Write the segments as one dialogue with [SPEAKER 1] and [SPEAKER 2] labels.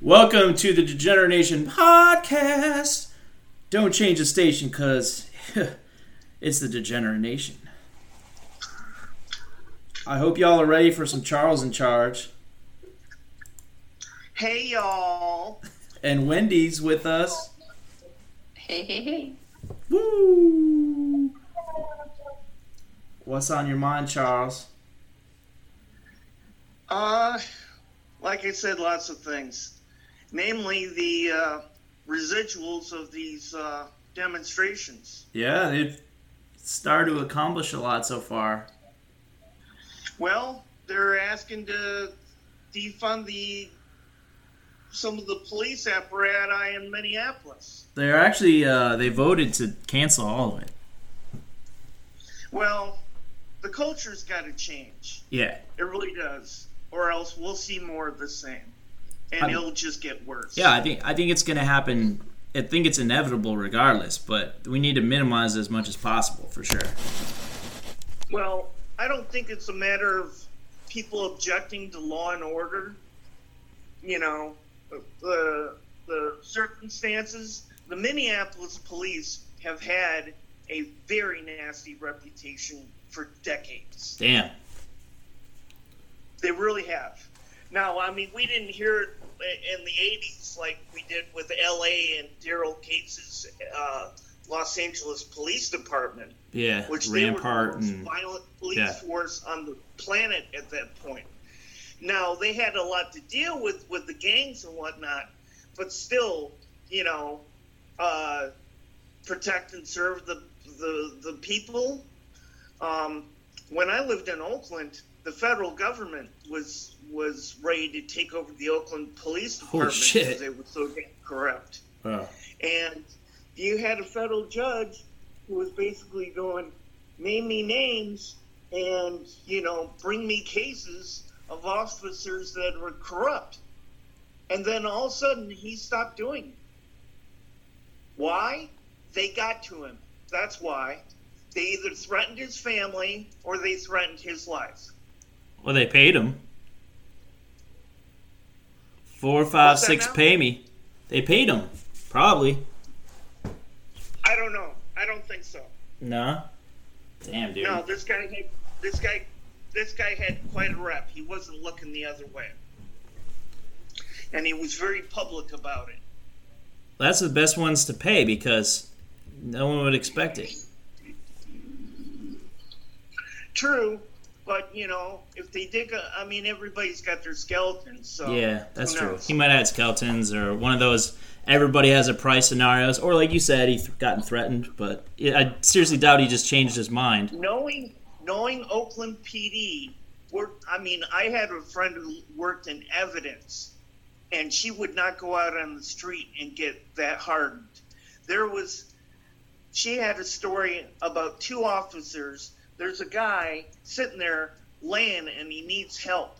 [SPEAKER 1] Welcome to the Degenerate Nation podcast. Don't change the station because it's the Degenerate Nation. I hope y'all are ready for some Charles in Charge
[SPEAKER 2] Hey y'all.
[SPEAKER 1] and Wendy's with us.
[SPEAKER 2] Hey hey hey.
[SPEAKER 1] Woo! What's on your mind, Charles?
[SPEAKER 2] Uh like I said, lots of things. Namely the uh, residuals of these uh, demonstrations.
[SPEAKER 1] Yeah, they've started to accomplish a lot so far.
[SPEAKER 2] Well, they're asking to defund the some of the police apparatus in Minneapolis.
[SPEAKER 1] They're actually uh, they voted to cancel all of it.
[SPEAKER 2] Well, the culture's gotta change.
[SPEAKER 1] Yeah.
[SPEAKER 2] It really does. Or else we'll see more of the same. And
[SPEAKER 1] I'm-
[SPEAKER 2] it'll just get worse.
[SPEAKER 1] Yeah, I think I think it's going to happen. I think it's inevitable regardless, but we need to minimize as much as possible for sure.
[SPEAKER 2] Well, I don't think it's a matter of people objecting to law and order. You know, the the circumstances. The Minneapolis police have had a very nasty reputation for decades.
[SPEAKER 1] Damn.
[SPEAKER 2] They really have. Now, I mean, we didn't hear it in the 80s like we did with LA and Daryl Gates' uh, Los Angeles Police Department
[SPEAKER 1] Yeah.
[SPEAKER 2] which
[SPEAKER 1] Rampart
[SPEAKER 2] they were the most
[SPEAKER 1] and
[SPEAKER 2] violent police
[SPEAKER 1] yeah.
[SPEAKER 2] force on the planet at that point. Now they had a lot to deal with with the gangs and whatnot, but still, you know, uh, protect and serve the the, the people. Um, when I lived in Oakland, the federal government was was ready to take over the Oakland Police Department
[SPEAKER 1] shit.
[SPEAKER 2] because they were so damn corrupt.
[SPEAKER 1] Oh.
[SPEAKER 2] And you had a federal judge who was basically going, name me names and, you know, bring me cases of officers that were corrupt. And then all of a sudden he stopped doing it. Why? They got to him. That's why. They either threatened his family or they threatened his life.
[SPEAKER 1] well, they paid him four, five,
[SPEAKER 2] What's that
[SPEAKER 1] six.
[SPEAKER 2] now?
[SPEAKER 1] Pay me. They paid him probably.
[SPEAKER 2] I don't know. I don't think so.
[SPEAKER 1] No. Damn, dude.
[SPEAKER 2] No, this guy had this guy this guy had quite a rep. He wasn't looking the other way. And he was very public about it.
[SPEAKER 1] That's the best ones to pay because no one would expect it.
[SPEAKER 2] True, but you know, if they dig a I mean everybody's got their skeletons, so
[SPEAKER 1] Yeah, that's
[SPEAKER 2] who
[SPEAKER 1] true.
[SPEAKER 2] knows?
[SPEAKER 1] He might have had skeletons or one of those everybody has a price scenarios, or like you said, he th- gotten threatened. But yeah, I seriously doubt he just changed his mind.
[SPEAKER 2] Knowing knowing Oakland PD were I mean, I had a friend who worked in evidence and she would not go out on the street and get that hardened. There was she had a story about two officers. There's a guy sitting there laying and he needs help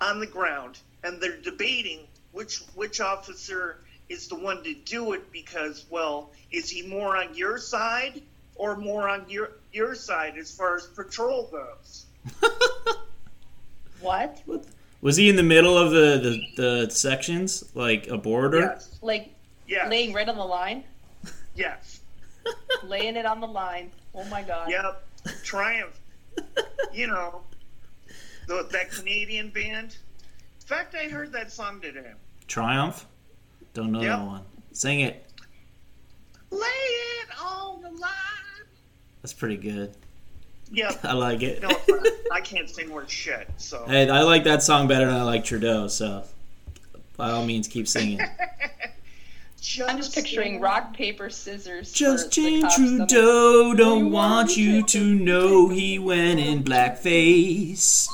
[SPEAKER 2] on the ground and they're debating which which officer is the one to do it because well, is he more on your side or more on your your side as far as patrol goes?
[SPEAKER 3] What?
[SPEAKER 1] Was he in the middle of the the, the sections like a border?
[SPEAKER 2] Yes.
[SPEAKER 3] Like
[SPEAKER 2] Yes.
[SPEAKER 3] laying right on the line?
[SPEAKER 2] Yes.
[SPEAKER 3] Laying it on the line. Oh my god.
[SPEAKER 2] Yep. Triumph. you know, the, that Canadian band. In fact, I heard that song today.
[SPEAKER 1] Triumph. Don't know
[SPEAKER 2] Yep.
[SPEAKER 1] that one. Sing it.
[SPEAKER 2] Lay it on the line.
[SPEAKER 1] That's pretty good.
[SPEAKER 2] Yep.
[SPEAKER 1] I like it.
[SPEAKER 2] No, it's not. I can't sing worth shit. So
[SPEAKER 1] hey, I like that song better than I like Trudeau. So by all means, keep singing.
[SPEAKER 2] just
[SPEAKER 3] I'm just picturing rock, paper, scissors.
[SPEAKER 1] Just
[SPEAKER 3] for
[SPEAKER 1] Justin
[SPEAKER 3] the cops on the-
[SPEAKER 1] Trudeau don't want
[SPEAKER 3] you want
[SPEAKER 1] you
[SPEAKER 3] me
[SPEAKER 1] to know he went in blackface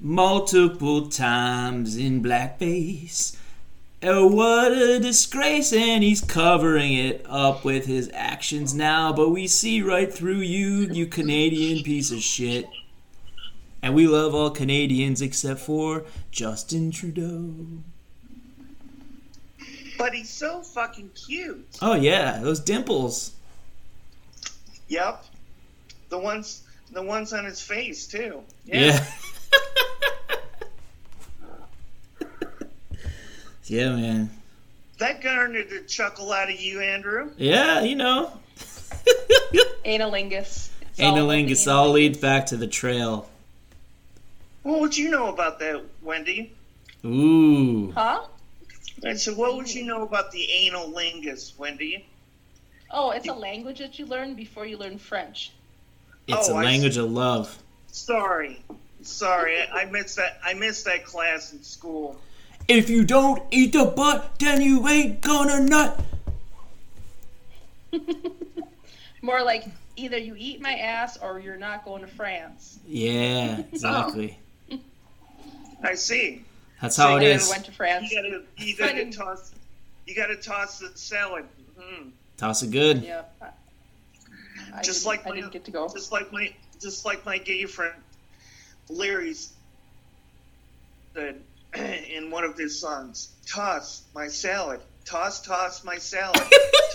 [SPEAKER 1] multiple times in blackface. Oh, what a disgrace, and he's covering it up with his actions now. But we see right through you, you Canadian piece of shit. And we love all Canadians except for Justin Trudeau.
[SPEAKER 2] But he's so fucking cute.
[SPEAKER 1] Oh, yeah, those dimples.
[SPEAKER 2] Yep. The ones, the ones on his face too.
[SPEAKER 1] Yeah. Yeah, man.
[SPEAKER 2] That garnered a chuckle out of you, Andrew.
[SPEAKER 1] Yeah, you know.
[SPEAKER 3] Analingus. It's all about the
[SPEAKER 1] Analingus, I'll lead back to the trail.
[SPEAKER 2] What would you know about that, Wendy?
[SPEAKER 1] Ooh.
[SPEAKER 3] Huh?
[SPEAKER 2] I said, what would you know about the anal lingus, Wendy?
[SPEAKER 3] Oh, it's a language that you learn before you learn French.
[SPEAKER 1] It's a
[SPEAKER 2] Oh, I see.
[SPEAKER 1] language of love.
[SPEAKER 2] Sorry, sorry, I I missed that. I missed that class in school.
[SPEAKER 1] If you don't eat the butt, then you ain't gonna nut.
[SPEAKER 3] More like either you eat my ass or you're not going to France.
[SPEAKER 1] Yeah, exactly.
[SPEAKER 2] I see.
[SPEAKER 1] That's how it
[SPEAKER 3] I never
[SPEAKER 1] is.
[SPEAKER 3] went to France.
[SPEAKER 2] Oh, You gotta, you
[SPEAKER 3] I
[SPEAKER 2] gotta
[SPEAKER 3] didn't-
[SPEAKER 2] toss. You gotta toss the salad. Mm.
[SPEAKER 1] Toss it good.
[SPEAKER 3] Yeah. I- I
[SPEAKER 2] Just
[SPEAKER 3] didn't-
[SPEAKER 2] like
[SPEAKER 3] I
[SPEAKER 2] my-
[SPEAKER 3] didn't get to go.
[SPEAKER 2] Just like my, just like my gay friend, Larry's. Said in one of his songs, "Toss my salad, toss, toss my salad,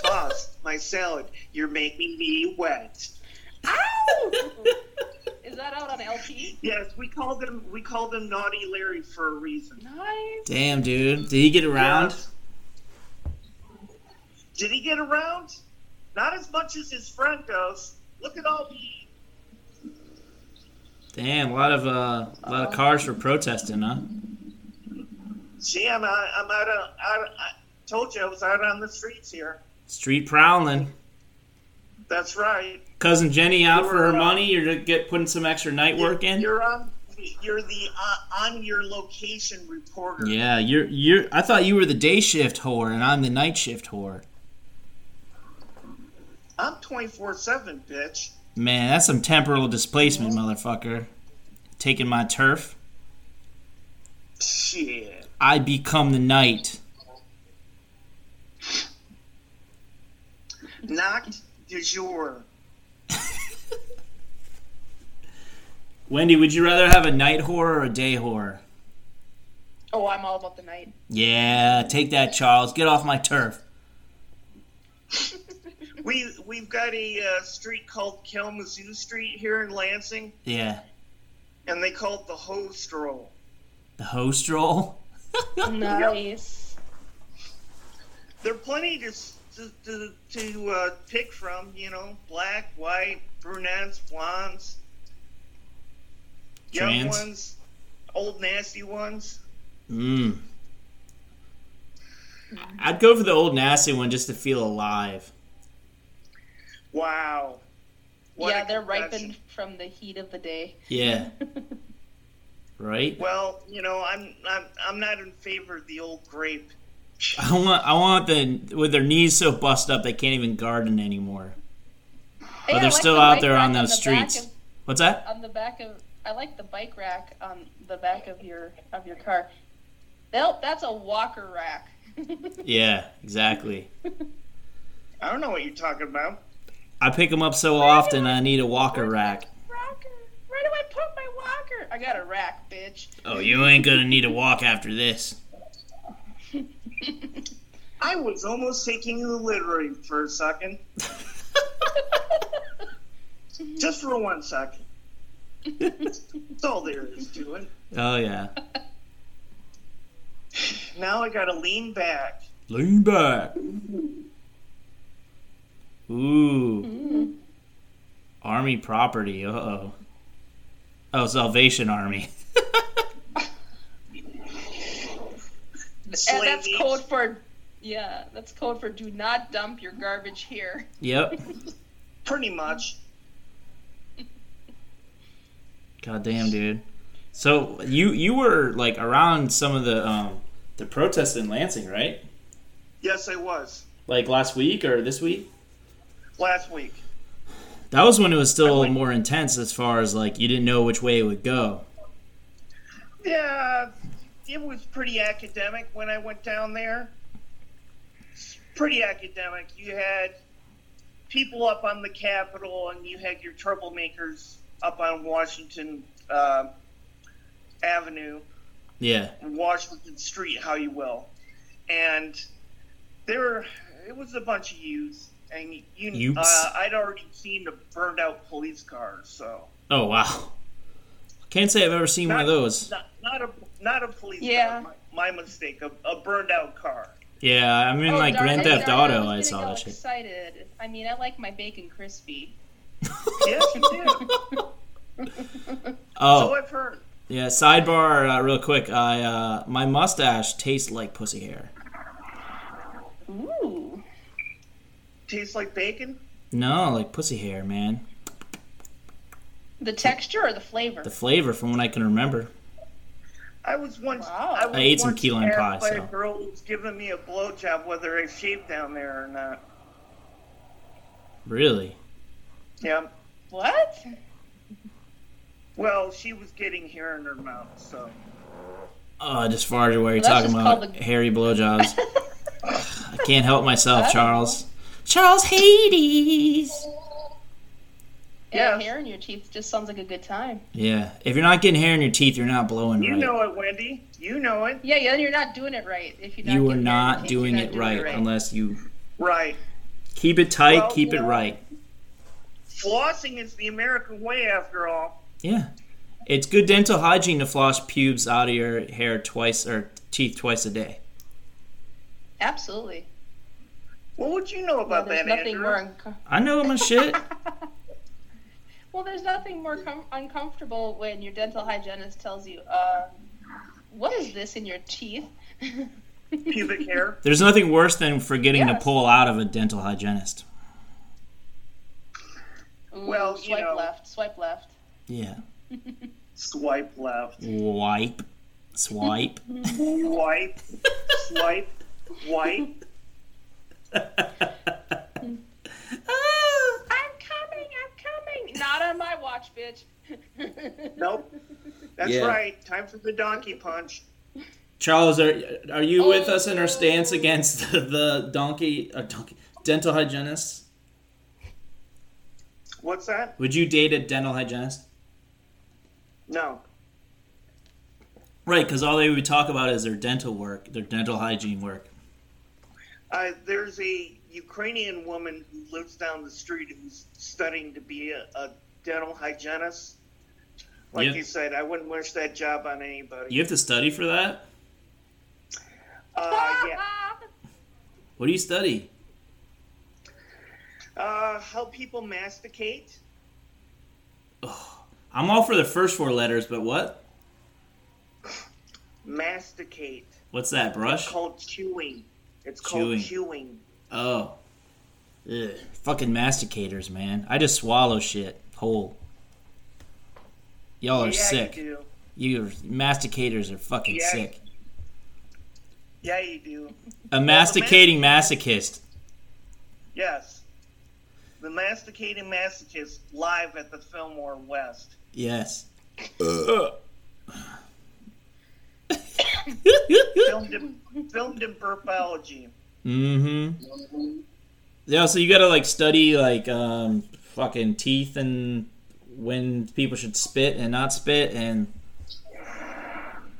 [SPEAKER 2] toss my salad. You're making me wet."
[SPEAKER 3] Is that out on E? LP?
[SPEAKER 2] Yes, we called him. We called him Naughty Larry for a reason.
[SPEAKER 3] Nice.
[SPEAKER 1] Damn, dude. Did he get around?
[SPEAKER 2] Did he get around? Not as much as his friend goes. Look at all the.
[SPEAKER 1] Damn, a lot of uh, a lot of cars for protesting, huh?
[SPEAKER 2] See, I'm out, I'm out, of, out I told you I was out on the streets here.
[SPEAKER 1] Street prowling.
[SPEAKER 2] That's right.
[SPEAKER 1] Cousin Jenny out for her
[SPEAKER 2] You're, uh,
[SPEAKER 1] money. You're to get putting some extra night work in.
[SPEAKER 2] You're on. You're the uh, on your location reporter.
[SPEAKER 1] Yeah, you're you're. I thought you were the day shift whore, and I'm the night shift whore.
[SPEAKER 2] I'm 24 seven, bitch.
[SPEAKER 1] Man, that's some temporal displacement, motherfucker. Taking my turf.
[SPEAKER 2] Shit.
[SPEAKER 1] I become the night.
[SPEAKER 2] Knocked du jour.
[SPEAKER 1] Wendy, would you rather have a night whore or a day whore?
[SPEAKER 3] Oh, I'm all about the night.
[SPEAKER 1] Yeah, take that, Charles. Get off my turf.
[SPEAKER 2] We we've got a uh, street called Kalamazoo Street here in Lansing,
[SPEAKER 1] Yeah,
[SPEAKER 2] and they call it the Hoe Stroll.
[SPEAKER 1] the host roll.
[SPEAKER 3] Nice.
[SPEAKER 2] There are plenty to to, to, to uh, pick from. You know, black, white, brunettes, blondes, young
[SPEAKER 1] Trans.
[SPEAKER 2] ones, old nasty ones.
[SPEAKER 1] Mmm. I'd go for the old nasty one just to feel alive.
[SPEAKER 2] Wow. What
[SPEAKER 3] yeah,
[SPEAKER 2] a
[SPEAKER 3] they're
[SPEAKER 2] confession.
[SPEAKER 3] ripened from the heat of the day.
[SPEAKER 1] Yeah. right.
[SPEAKER 2] Well, you know, I'm I'm I'm not in favor of the old grape.
[SPEAKER 1] I want. I want the with their knees so bust up they can't even garden anymore.
[SPEAKER 3] Hey, I
[SPEAKER 1] they're
[SPEAKER 3] like
[SPEAKER 1] still
[SPEAKER 3] the
[SPEAKER 1] out
[SPEAKER 3] bike
[SPEAKER 1] there
[SPEAKER 3] rack
[SPEAKER 1] on those
[SPEAKER 3] the back
[SPEAKER 1] streets.
[SPEAKER 3] of-
[SPEAKER 1] What's that?
[SPEAKER 3] on the back of I like the bike rack on the back of your of your car. Nope, that's a walker rack.
[SPEAKER 1] Yeah, exactly.
[SPEAKER 2] I don't know what you're talking about.
[SPEAKER 1] I pick them up so often. I need a walker rack.
[SPEAKER 3] Rocker. Where do I put my walker? I got a rack, bitch.
[SPEAKER 1] Oh, you ain't gonna need a walk after this.
[SPEAKER 2] I was almost taking you literally for a second. Just for one second. That's all there is to it.
[SPEAKER 1] Oh yeah.
[SPEAKER 2] Now I gotta lean back.
[SPEAKER 1] Lean back. Ooh. Army property. Uh oh. Oh, Salvation Army.
[SPEAKER 3] And that's
[SPEAKER 2] Slave.
[SPEAKER 3] code for yeah, that's code for do not dump your garbage here.
[SPEAKER 1] yep.
[SPEAKER 2] Pretty much.
[SPEAKER 1] God damn, dude. So you you were like around some of the um the protests in Lansing, right?
[SPEAKER 2] Yes, I was.
[SPEAKER 1] Like last week or this week?
[SPEAKER 2] Last week.
[SPEAKER 1] That was when it was still a
[SPEAKER 2] went-
[SPEAKER 1] little more intense as far as like you didn't know which way it would go.
[SPEAKER 2] Yeah, it was pretty academic when I went down there. Pretty academic. You had people up on the Capitol, and you had your troublemakers up on Washington uh, Avenue,
[SPEAKER 1] Yeah.
[SPEAKER 2] Washington Street, how you will. And there, were, it was a bunch of youths, and you,
[SPEAKER 1] Utes.
[SPEAKER 2] Uh, I'd already seen the burned out police cars, so
[SPEAKER 1] Oh wow. Can't say I've ever seen one of those.
[SPEAKER 2] not, not a not a police
[SPEAKER 3] Yeah.
[SPEAKER 2] car. My, my mistake. A, a burned out car.
[SPEAKER 1] Yeah, I mean,
[SPEAKER 3] Oh,
[SPEAKER 1] like
[SPEAKER 3] darn
[SPEAKER 1] Grand
[SPEAKER 3] it,
[SPEAKER 1] Theft
[SPEAKER 3] darn it,
[SPEAKER 1] Auto, I,
[SPEAKER 3] was
[SPEAKER 1] saw
[SPEAKER 3] gonna
[SPEAKER 1] that
[SPEAKER 3] go
[SPEAKER 1] shit.
[SPEAKER 3] Excited. I mean, I like my bacon crispy.
[SPEAKER 2] Yes, you did. So
[SPEAKER 1] Oh,
[SPEAKER 2] I've heard.
[SPEAKER 1] yeah. Sidebar, uh, real quick. I uh, my mustache tastes like pussy hair.
[SPEAKER 3] Ooh.
[SPEAKER 2] Tastes like bacon.
[SPEAKER 1] No, like pussy hair, man.
[SPEAKER 3] The texture or the flavor?
[SPEAKER 1] The flavor, from what I can remember.
[SPEAKER 2] I was once.
[SPEAKER 3] Wow.
[SPEAKER 2] I, was
[SPEAKER 1] I ate some
[SPEAKER 2] once
[SPEAKER 1] key lime
[SPEAKER 2] asked
[SPEAKER 1] pie,
[SPEAKER 2] By
[SPEAKER 1] so.
[SPEAKER 2] a girl who was giving me a blowjob whether I shaved down there or not.
[SPEAKER 1] Really?
[SPEAKER 2] Yeah.
[SPEAKER 3] what?
[SPEAKER 2] Well, she was getting hair in her mouth, so
[SPEAKER 1] Oh, I just farted while you're
[SPEAKER 3] Well, that's
[SPEAKER 1] talking
[SPEAKER 3] just
[SPEAKER 1] about
[SPEAKER 3] called the-
[SPEAKER 1] hairy blowjobs. I can't help myself,
[SPEAKER 3] I don't
[SPEAKER 1] Charles. Charles Hades.
[SPEAKER 3] Yeah,
[SPEAKER 2] Yes.
[SPEAKER 3] hair in your teeth just sounds like a good time.
[SPEAKER 1] Yeah. If you're not getting hair in your teeth, you're not blowing
[SPEAKER 2] you
[SPEAKER 1] right.
[SPEAKER 2] know it, Wendy. You know it,
[SPEAKER 3] Yeah, yeah, then you're not doing it right. If you're not
[SPEAKER 1] you are
[SPEAKER 3] getting hair in your
[SPEAKER 1] not
[SPEAKER 3] teeth, you're
[SPEAKER 1] doing
[SPEAKER 3] not
[SPEAKER 1] it right, unless you
[SPEAKER 2] right?
[SPEAKER 1] keep it tight,
[SPEAKER 2] Well,
[SPEAKER 1] keep
[SPEAKER 2] you
[SPEAKER 1] it
[SPEAKER 2] know-
[SPEAKER 1] right.
[SPEAKER 2] Flossing is the American way, after all.
[SPEAKER 1] Yeah. It's good dental hygiene to floss pubes out of your hair twice or teeth twice a day.
[SPEAKER 3] Absolutely.
[SPEAKER 2] What would you know
[SPEAKER 3] Well,
[SPEAKER 2] about
[SPEAKER 3] there's
[SPEAKER 2] that,
[SPEAKER 3] nothing
[SPEAKER 2] Andrew?
[SPEAKER 3] more uncom-
[SPEAKER 1] I know my shit.
[SPEAKER 3] well, there's nothing more com- uncomfortable when your dental hygienist tells you, uh, "What is this in your teeth?"
[SPEAKER 2] Pubic hair.
[SPEAKER 1] There's nothing worse than forgetting to
[SPEAKER 3] Yes.
[SPEAKER 1] pull out of a dental hygienist.
[SPEAKER 3] Ooh,
[SPEAKER 2] Well, you
[SPEAKER 3] swipe
[SPEAKER 2] know.
[SPEAKER 3] left, swipe left.
[SPEAKER 1] Yeah.
[SPEAKER 2] Swipe left.
[SPEAKER 1] Wipe. Swipe.
[SPEAKER 2] Swipe. Swipe. Wipe.
[SPEAKER 3] Ah. I'm coming, I'm coming. Not on my watch, bitch.
[SPEAKER 2] Nope. That's
[SPEAKER 1] Yeah.
[SPEAKER 2] right. Time for the donkey punch.
[SPEAKER 1] Charles, are are you with
[SPEAKER 3] Oh.
[SPEAKER 1] us in our stance against the, the donkey uh, donkey dental hygienist?
[SPEAKER 2] What's that?
[SPEAKER 1] Would you date a dental hygienist?
[SPEAKER 2] No.
[SPEAKER 1] Right, because all they would talk about is their dental work, their dental hygiene work.
[SPEAKER 2] Uh, there's a Ukrainian woman who lives down the street who's studying to be a, a dental hygienist. Like
[SPEAKER 1] Yeah.
[SPEAKER 2] you said, I wouldn't wish that job on anybody.
[SPEAKER 1] You have to study for that.
[SPEAKER 2] Uh, yeah.
[SPEAKER 1] What do you study?
[SPEAKER 2] Uh, how people masticate.
[SPEAKER 1] I'm all for the first four letters, but what?
[SPEAKER 2] Masticate.
[SPEAKER 1] What's that brush?
[SPEAKER 2] Called chewing. It's
[SPEAKER 1] Chewing.
[SPEAKER 2] called chewing.
[SPEAKER 1] Oh, Ugh. fucking masticators, man. I just swallow shit whole. Y'all are Oh,
[SPEAKER 2] yeah,
[SPEAKER 1] sick.
[SPEAKER 2] you do.
[SPEAKER 1] You are, masticators are fucking
[SPEAKER 2] Yeah.
[SPEAKER 1] sick.
[SPEAKER 2] Yeah, you do.
[SPEAKER 1] A masticating masochist.
[SPEAKER 2] Yes. The masticating masochist live at the Fillmore West.
[SPEAKER 1] Yes.
[SPEAKER 2] Filmed in, filmed in burpology.
[SPEAKER 1] mm-hmm. Yeah, so you gotta like study like um fucking teeth and when people should spit and not spit and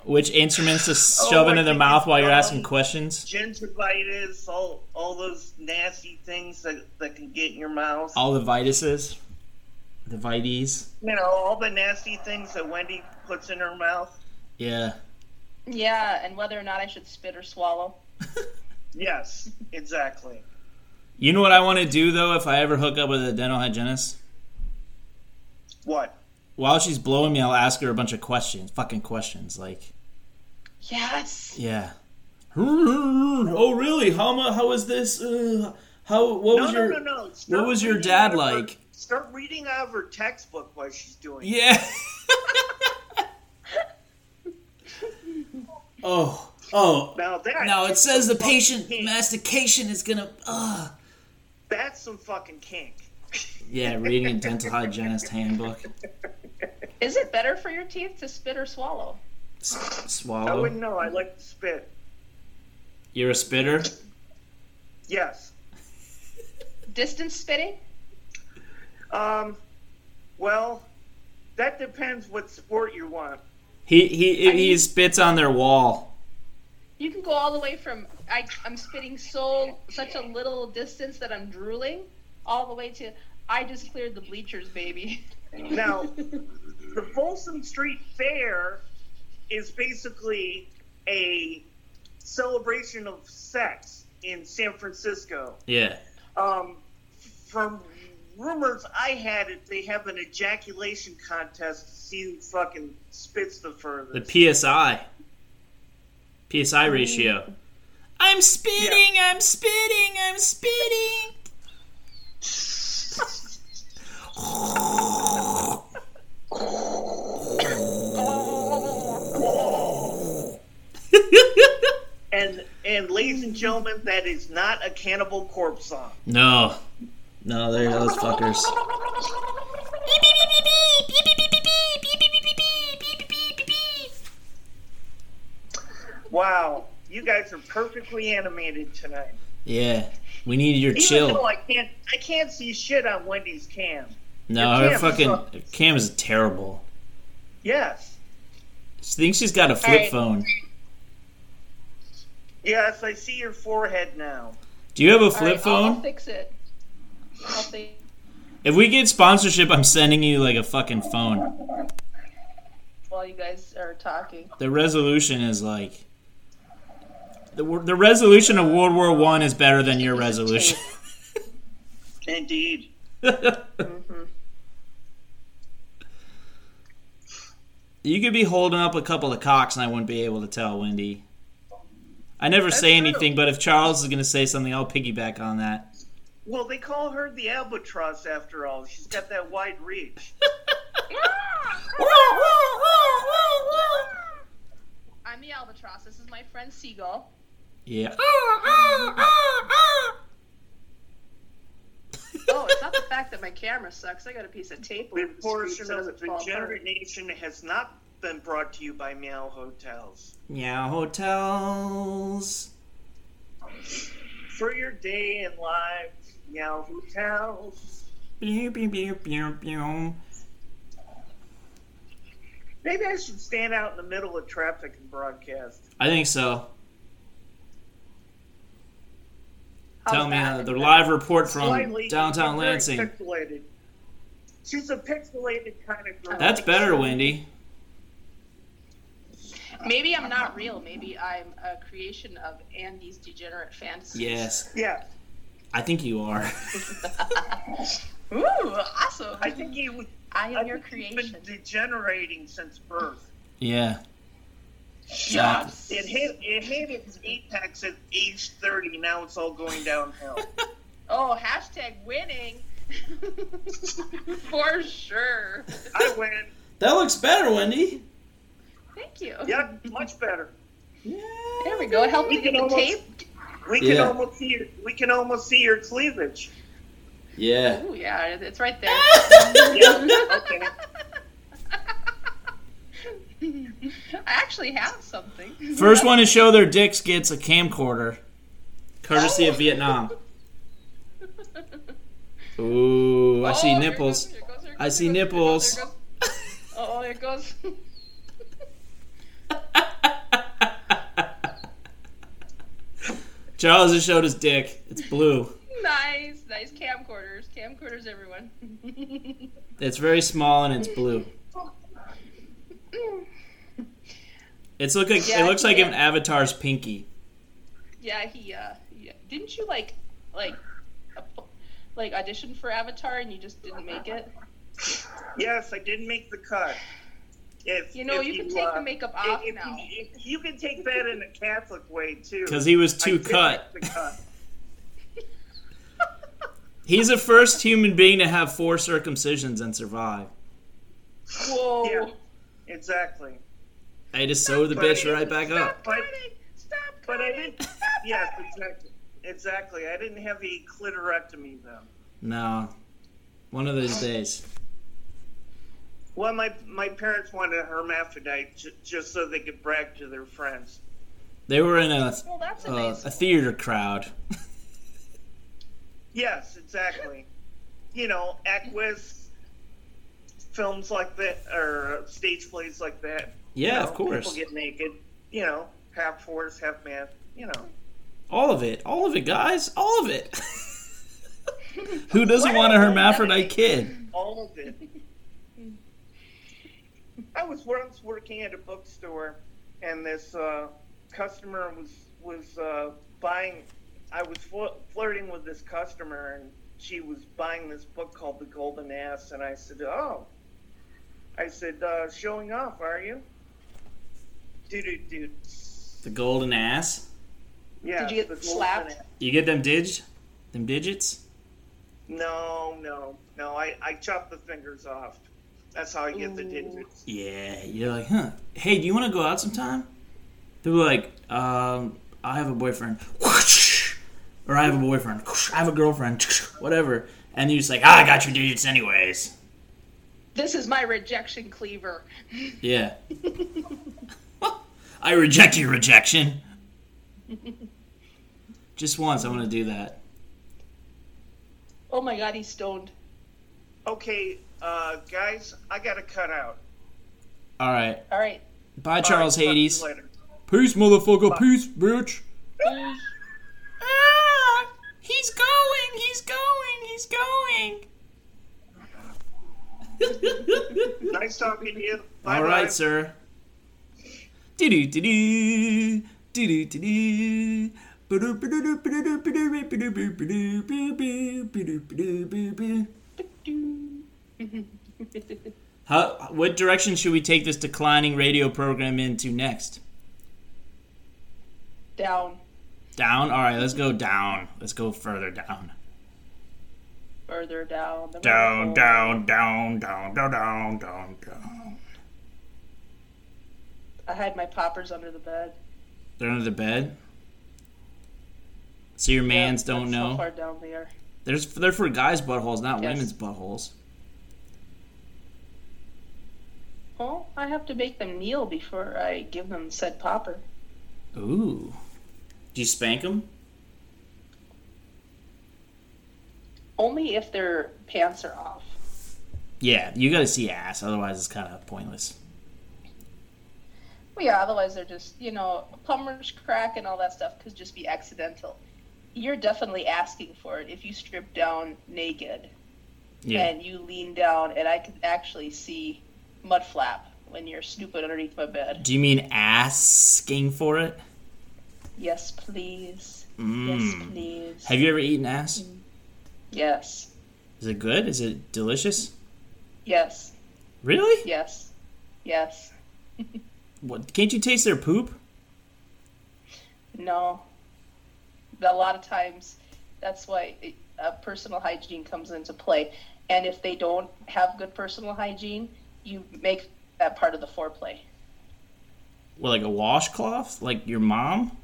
[SPEAKER 1] which instruments to shove
[SPEAKER 2] I
[SPEAKER 1] into their
[SPEAKER 2] think
[SPEAKER 1] mouth
[SPEAKER 2] it's,
[SPEAKER 1] while you're asking
[SPEAKER 2] um,
[SPEAKER 1] questions.
[SPEAKER 2] Gingivitis, all all those nasty things that, that can get in your mouth.
[SPEAKER 1] All the vitises. The vites.
[SPEAKER 2] You know, all the nasty things that Wendy puts in her mouth.
[SPEAKER 1] Yeah.
[SPEAKER 3] yeah, and whether or not I should spit or swallow.
[SPEAKER 2] Yes, exactly.
[SPEAKER 1] You know what I want to do though if I ever hook up with a dental hygienist?
[SPEAKER 2] What?
[SPEAKER 1] While she's blowing me, I'll ask her a bunch of questions. Fucking questions like
[SPEAKER 3] Yes.
[SPEAKER 1] Yeah. Oh, really? How mu- How was this? Uh, how? What
[SPEAKER 2] No,
[SPEAKER 1] was
[SPEAKER 2] no,
[SPEAKER 1] your?
[SPEAKER 2] no, no. Start
[SPEAKER 1] was your
[SPEAKER 2] reading
[SPEAKER 1] dad
[SPEAKER 2] out of her-
[SPEAKER 1] like?
[SPEAKER 2] start reading out of her textbook while she's doing it.
[SPEAKER 1] Yeah. oh. Oh.
[SPEAKER 2] Now that
[SPEAKER 1] Now it
[SPEAKER 2] is
[SPEAKER 1] says the
[SPEAKER 2] some fucking
[SPEAKER 1] patient
[SPEAKER 2] kink.
[SPEAKER 1] mastication is gonna. Uh.
[SPEAKER 2] That's some fucking kink.
[SPEAKER 1] Yeah, reading a dental hygienist handbook.
[SPEAKER 3] Is it better for your teeth to spit or swallow?
[SPEAKER 1] S-
[SPEAKER 2] I
[SPEAKER 1] swallow.
[SPEAKER 2] wouldn't know. I like to spit.
[SPEAKER 1] You're a spitter.
[SPEAKER 2] Yes.
[SPEAKER 3] Distance spitting?
[SPEAKER 2] Um. Well, that depends what sport you want.
[SPEAKER 1] He he
[SPEAKER 3] I
[SPEAKER 1] he
[SPEAKER 3] mean-
[SPEAKER 1] spits on their wall.
[SPEAKER 3] You can go all the way from I, I'm spitting so such a little distance that I'm drooling, all the way to I just cleared the bleachers, baby.
[SPEAKER 2] Now, the Folsom Street Fair is basically a celebration of sex in San Francisco.
[SPEAKER 1] Yeah.
[SPEAKER 2] Um, from rumors I had it, they have an ejaculation contest to see who fucking spits the furthest.
[SPEAKER 1] The PSI. PSI ratio. I'm spitting, I'm spitting, I'm spitting.
[SPEAKER 2] and and ladies and gentlemen, that is not a Cannibal Corpse song.
[SPEAKER 1] No. No, they're those fuckers.
[SPEAKER 2] Wow, you guys are perfectly animated tonight.
[SPEAKER 1] Yeah. We need your
[SPEAKER 2] Even though
[SPEAKER 1] chill.
[SPEAKER 2] I can't, I can't see shit on Wendy's cam.
[SPEAKER 1] No,
[SPEAKER 2] your
[SPEAKER 1] her
[SPEAKER 2] cam
[SPEAKER 1] fucking
[SPEAKER 2] sucks.
[SPEAKER 1] cam is terrible.
[SPEAKER 2] Yes,
[SPEAKER 1] She thinks she's got a flip
[SPEAKER 3] Alright.
[SPEAKER 1] phone.
[SPEAKER 2] yes, I see your forehead now.
[SPEAKER 1] Do you have a flip
[SPEAKER 3] All right, I'll-
[SPEAKER 1] phone?
[SPEAKER 3] I'll fix it. I'll fix-
[SPEAKER 1] If we get sponsorship, I'm sending you like a fucking phone.
[SPEAKER 3] while you guys are talking.
[SPEAKER 1] The resolution is like the wor- the resolution of World War One is better than your resolution.
[SPEAKER 2] Indeed.
[SPEAKER 1] Mm-hmm. you could be holding up a couple of cocks, and I wouldn't be able to tell, Wendy. I never say
[SPEAKER 2] true.
[SPEAKER 1] anything, but if Charles is gonna say something, I'll piggyback on that.
[SPEAKER 2] Well, they call her the albatross after all. She's got that wide reach.
[SPEAKER 3] I'm the albatross. This is my friend Seagull.
[SPEAKER 1] Yeah.
[SPEAKER 3] Oh, it's not the fact that my camera sucks. I got a piece of tape over
[SPEAKER 2] This
[SPEAKER 3] the screen
[SPEAKER 2] portion
[SPEAKER 3] so it
[SPEAKER 2] of
[SPEAKER 3] doesn't fall apart.
[SPEAKER 2] Degenerate Nation has not been brought to you by Meow Hotels.
[SPEAKER 1] Meow hotels.
[SPEAKER 2] For your day in life, Meow Hotels.
[SPEAKER 1] Pew, pew, pew, pew, pew.
[SPEAKER 2] Maybe I should stand out in the middle of traffic and broadcast.
[SPEAKER 1] I think so.
[SPEAKER 3] How's
[SPEAKER 1] Tell me
[SPEAKER 3] Oh, that?
[SPEAKER 1] uh, the live report from
[SPEAKER 2] Slightly-
[SPEAKER 1] downtown
[SPEAKER 2] very
[SPEAKER 1] Lansing.
[SPEAKER 2] Pixelated. She's a pixelated kind of girl.
[SPEAKER 1] That's better, Wendy.
[SPEAKER 3] Maybe I'm not real. Maybe I'm a creation of Andy's degenerate fantasies.
[SPEAKER 1] Yes,
[SPEAKER 2] Yeah,
[SPEAKER 1] I think you are.
[SPEAKER 3] Ooh, awesome.
[SPEAKER 2] I think he was.
[SPEAKER 3] I
[SPEAKER 2] I
[SPEAKER 3] am your
[SPEAKER 2] think he's
[SPEAKER 3] creation.
[SPEAKER 2] been degenerating since birth.
[SPEAKER 1] yeah.
[SPEAKER 3] Shut up.
[SPEAKER 2] It hit it hit its apex at age thirty. Now it's all going downhill.
[SPEAKER 3] Oh, hashtag winning. For sure.
[SPEAKER 2] I win.
[SPEAKER 1] That looks better, Wendy.
[SPEAKER 3] Thank you.
[SPEAKER 2] Yep, much better.
[SPEAKER 1] Yeah.
[SPEAKER 3] There we go. Help me
[SPEAKER 2] We can
[SPEAKER 3] get the
[SPEAKER 2] almost
[SPEAKER 3] tape.
[SPEAKER 2] we can
[SPEAKER 1] Yeah.
[SPEAKER 2] almost see your we can almost see your cleavage.
[SPEAKER 1] Yeah.
[SPEAKER 3] Ooh, yeah, it's right there.
[SPEAKER 2] Yeah. okay.
[SPEAKER 3] I actually have something.
[SPEAKER 1] First one to show their dicks gets a camcorder, courtesy of Vietnam. Ooh, I see
[SPEAKER 3] Oh, here it
[SPEAKER 1] nipples.
[SPEAKER 3] goes, here it goes, here it
[SPEAKER 1] I
[SPEAKER 3] goes,
[SPEAKER 1] see
[SPEAKER 3] here it
[SPEAKER 1] nipples.
[SPEAKER 3] goes, here it goes, here it goes. Oh, there it goes.
[SPEAKER 1] Charles has showed his dick. It's blue.
[SPEAKER 3] nice, nice camcorders. Camcorders, everyone.
[SPEAKER 1] It's very small and it's blue. It's look like
[SPEAKER 3] Yeah,
[SPEAKER 1] it looks like
[SPEAKER 3] yeah.
[SPEAKER 1] an avatar's pinky.
[SPEAKER 3] yeah, he, uh, yeah. didn't you like, like, app- like audition for Avatar and you just didn't make it?
[SPEAKER 2] Yes, I did make the cut. If,
[SPEAKER 3] You know,
[SPEAKER 2] if uh,
[SPEAKER 3] you can take the makeup off
[SPEAKER 2] if,
[SPEAKER 3] now.
[SPEAKER 2] You, if you can take that in a Catholic way too.
[SPEAKER 1] Because he was
[SPEAKER 2] I
[SPEAKER 1] too
[SPEAKER 2] did
[SPEAKER 1] cut.
[SPEAKER 2] make the cut.
[SPEAKER 1] He's the first human being to have four circumcisions and survive.
[SPEAKER 3] Whoa.
[SPEAKER 2] Yeah, exactly.
[SPEAKER 1] I just sewed the bitch right back up.
[SPEAKER 3] Stop cutting! Stop
[SPEAKER 2] But I
[SPEAKER 3] cutting!
[SPEAKER 2] didn't. yes, exactly. Exactly. I didn't have a clitorectomy though.
[SPEAKER 1] No. One of those days.
[SPEAKER 2] Well, my my parents wanted a hermaphrodite j- just so they could brag to their friends.
[SPEAKER 1] They were in a
[SPEAKER 3] Well, that's a
[SPEAKER 1] uh,
[SPEAKER 3] nice.
[SPEAKER 1] a theater crowd.
[SPEAKER 2] Yes, exactly. you know, Equus, films like that, or stage plays like that. you
[SPEAKER 1] Yeah,
[SPEAKER 2] know,
[SPEAKER 1] of course.
[SPEAKER 2] People get naked. You know, half horse, half man. You know.
[SPEAKER 1] All of it. All of it, guys. All of it. Who doesn't want a hermaphrodite kid?
[SPEAKER 2] all of it. I was once working at a bookstore, and this uh, customer was was uh, buying. I was fl- flirting with this customer, and she was buying this book called The Golden Ass, and I said, "Oh," I said, uh, "Showing off, are you?" Dude, dude, dude.
[SPEAKER 1] The golden ass.
[SPEAKER 2] Yeah.
[SPEAKER 3] Did you get
[SPEAKER 2] The Golden
[SPEAKER 3] slapped?
[SPEAKER 2] Ass.
[SPEAKER 1] You get them dig, them digits.
[SPEAKER 2] No, no, no. I I chopped the fingers off. That's how I get the digits.
[SPEAKER 1] Yeah, you're like, huh? Hey, do you want to go out sometime? They were like, um, I have a boyfriend, or I have a boyfriend, I have a girlfriend, whatever. And you're just like, ah, I got your digits anyways.
[SPEAKER 3] This is my rejection cleaver.
[SPEAKER 1] Yeah. I reject your rejection. Just once, I want to do that.
[SPEAKER 3] Oh my god, he's stoned.
[SPEAKER 2] Okay, uh, guys, I gotta cut out.
[SPEAKER 1] All right.
[SPEAKER 3] All right.
[SPEAKER 1] Bye,
[SPEAKER 2] All right,
[SPEAKER 1] Charles
[SPEAKER 2] talk to you
[SPEAKER 1] Hades.
[SPEAKER 2] later.
[SPEAKER 1] Peace, motherfucker. Peace, bitch. Ah! he's going. He's going. He's going.
[SPEAKER 2] Nice talking to you. Bye-bye.
[SPEAKER 1] All right, sir. Do do do do do do do do. How, what direction should we take this declining radio program into next?
[SPEAKER 3] Down.
[SPEAKER 1] Down? All right, let's go down. Let's go further down.
[SPEAKER 3] Further down. the
[SPEAKER 1] Down,
[SPEAKER 3] rabbit hole.
[SPEAKER 1] down, down, down, down, down, down, down.
[SPEAKER 3] I hide my poppers under the bed.
[SPEAKER 1] They're under the bed. So your mans
[SPEAKER 3] Yep,
[SPEAKER 1] don't
[SPEAKER 3] that's
[SPEAKER 1] know.
[SPEAKER 3] How far down they are.
[SPEAKER 1] There's they're for guys' buttholes, not
[SPEAKER 3] Yes.
[SPEAKER 1] women's buttholes.
[SPEAKER 3] Well, I have to make them kneel before I give them said popper.
[SPEAKER 1] Ooh. Do you spank them?
[SPEAKER 3] Only if their pants are off.
[SPEAKER 1] Yeah, you gotta see ass, otherwise it's kind of pointless.
[SPEAKER 3] Well, yeah, otherwise they're just, you know, plumber's crack and all that stuff could just be accidental. You're definitely asking for it if you strip down naked
[SPEAKER 1] Yeah.
[SPEAKER 3] and you lean down, and I can actually see mud flap when you're snooping underneath my bed.
[SPEAKER 1] Do you mean asking for it?
[SPEAKER 3] Yes, please. Yes,
[SPEAKER 1] Mm.
[SPEAKER 3] please. Mm.
[SPEAKER 1] Have you ever eaten ass?
[SPEAKER 3] Yes.
[SPEAKER 1] Is it good? Is it delicious?
[SPEAKER 3] Yes.
[SPEAKER 1] Really?
[SPEAKER 3] Yes. Yes.
[SPEAKER 1] What? Can't you taste their poop?
[SPEAKER 3] No. A lot of times, that's why it, uh, personal hygiene comes into play. And if they don't have good personal hygiene, you make that part of the foreplay.
[SPEAKER 1] Well, like a washcloth, like your mom.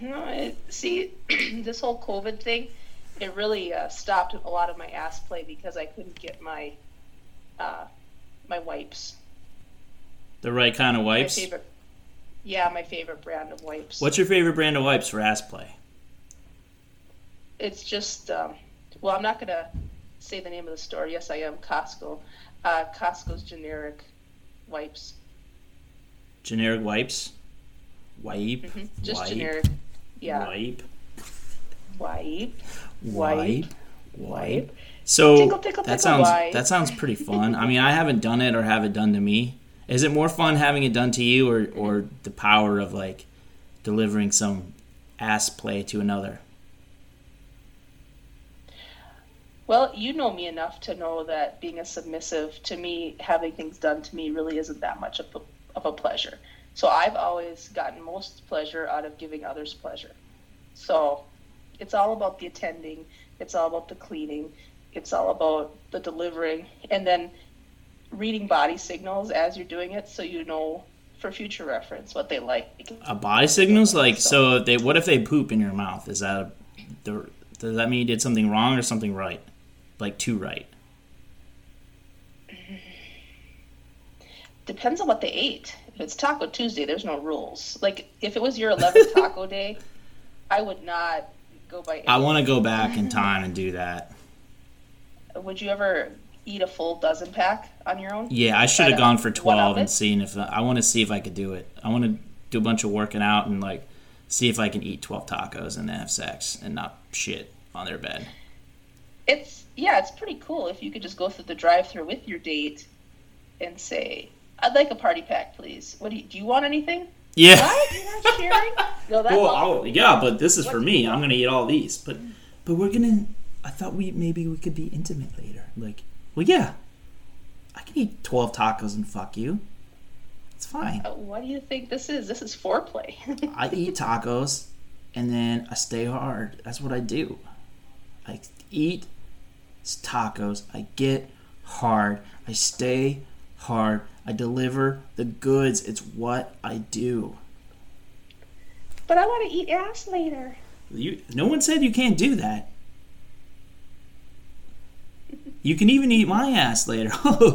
[SPEAKER 3] No, it, see, this whole COVID thing, it really uh, stopped a lot of my ass play because I couldn't get my uh, my wipes.
[SPEAKER 1] The right kind of wipes.
[SPEAKER 3] My favorite, yeah, my favorite brand of wipes.
[SPEAKER 1] What's your favorite brand of wipes for ass play?
[SPEAKER 3] it's just um, well i'm not going to say the name of the store yes i am costco uh, costco's generic wipes
[SPEAKER 1] Generic wipes. Wipe.
[SPEAKER 3] Mm-hmm. just
[SPEAKER 1] wipe,
[SPEAKER 3] generic yeah
[SPEAKER 1] Wipe.
[SPEAKER 3] wipe
[SPEAKER 1] Wipe.
[SPEAKER 3] Wipe.
[SPEAKER 1] Wipe. So
[SPEAKER 3] Tickle, tickle,
[SPEAKER 1] that
[SPEAKER 3] tickle,
[SPEAKER 1] sounds
[SPEAKER 3] wipe.
[SPEAKER 1] that sounds pretty fun. I mean, I haven't done it or have it done to me. Is it more fun having it done to you or or the power of like delivering some ass play to another?
[SPEAKER 3] well you know me enough to know that being a submissive to me having things done to me really isn't that much of a, of a pleasure so i've always gotten most pleasure out of giving others pleasure so it's all about the attending it's all about the cleaning it's all about the delivering and then reading body signals as you're doing it so you know for future reference what they like
[SPEAKER 1] A body signals like so if they what if they poop in your mouth? Is that a, the- does that mean you did something wrong or something right? Like too right.
[SPEAKER 3] depends on what they ate if it's taco tuesday there's no rules like if it was your 11th taco day i would not go by
[SPEAKER 1] I
[SPEAKER 3] any-
[SPEAKER 1] want to go back in time and do that.
[SPEAKER 3] would you ever eat a full dozen pack on your own
[SPEAKER 1] Yeah, I should have
[SPEAKER 3] But,
[SPEAKER 1] gone for
[SPEAKER 3] one
[SPEAKER 1] twelve
[SPEAKER 3] of
[SPEAKER 1] and
[SPEAKER 3] it?
[SPEAKER 1] seen if I want to see if I could do it. I want to do a bunch of working out and like see if I can eat twelve tacos and then have sex and not shit on their bed.
[SPEAKER 3] it's yeah, it's pretty cool if you could just go through the drive-through with your date and say, "I'd like a party pack, please. What do you do? You want anything?
[SPEAKER 1] Yeah.
[SPEAKER 3] What? You're not sharing? No, that's
[SPEAKER 1] Well,
[SPEAKER 3] all.
[SPEAKER 1] I'll, yeah, but this is for
[SPEAKER 3] What's-
[SPEAKER 1] me. I'm gonna eat all these. But but we're gonna. I thought we maybe we could be intimate later. Like, well, yeah, I can eat twelve tacos and fuck you. It's fine.
[SPEAKER 3] What do you think this is? This is foreplay.
[SPEAKER 1] I eat tacos, and then I stay hard. That's what I do. I eat s- tacos. I get hard. I stay hard. I deliver the goods. It's what I do.
[SPEAKER 3] but I want to eat ass later.
[SPEAKER 1] You, no one said you can't do that. You can even eat my ass later.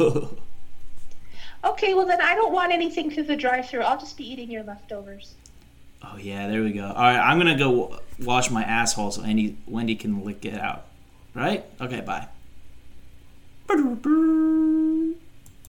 [SPEAKER 3] Okay, well then I don't want anything through the drive-through. I'll just be eating your leftovers.
[SPEAKER 1] oh yeah, there we go. All right, I'm gonna go w- wash my asshole so Andy, Wendy can lick it out. Right? Okay, bye.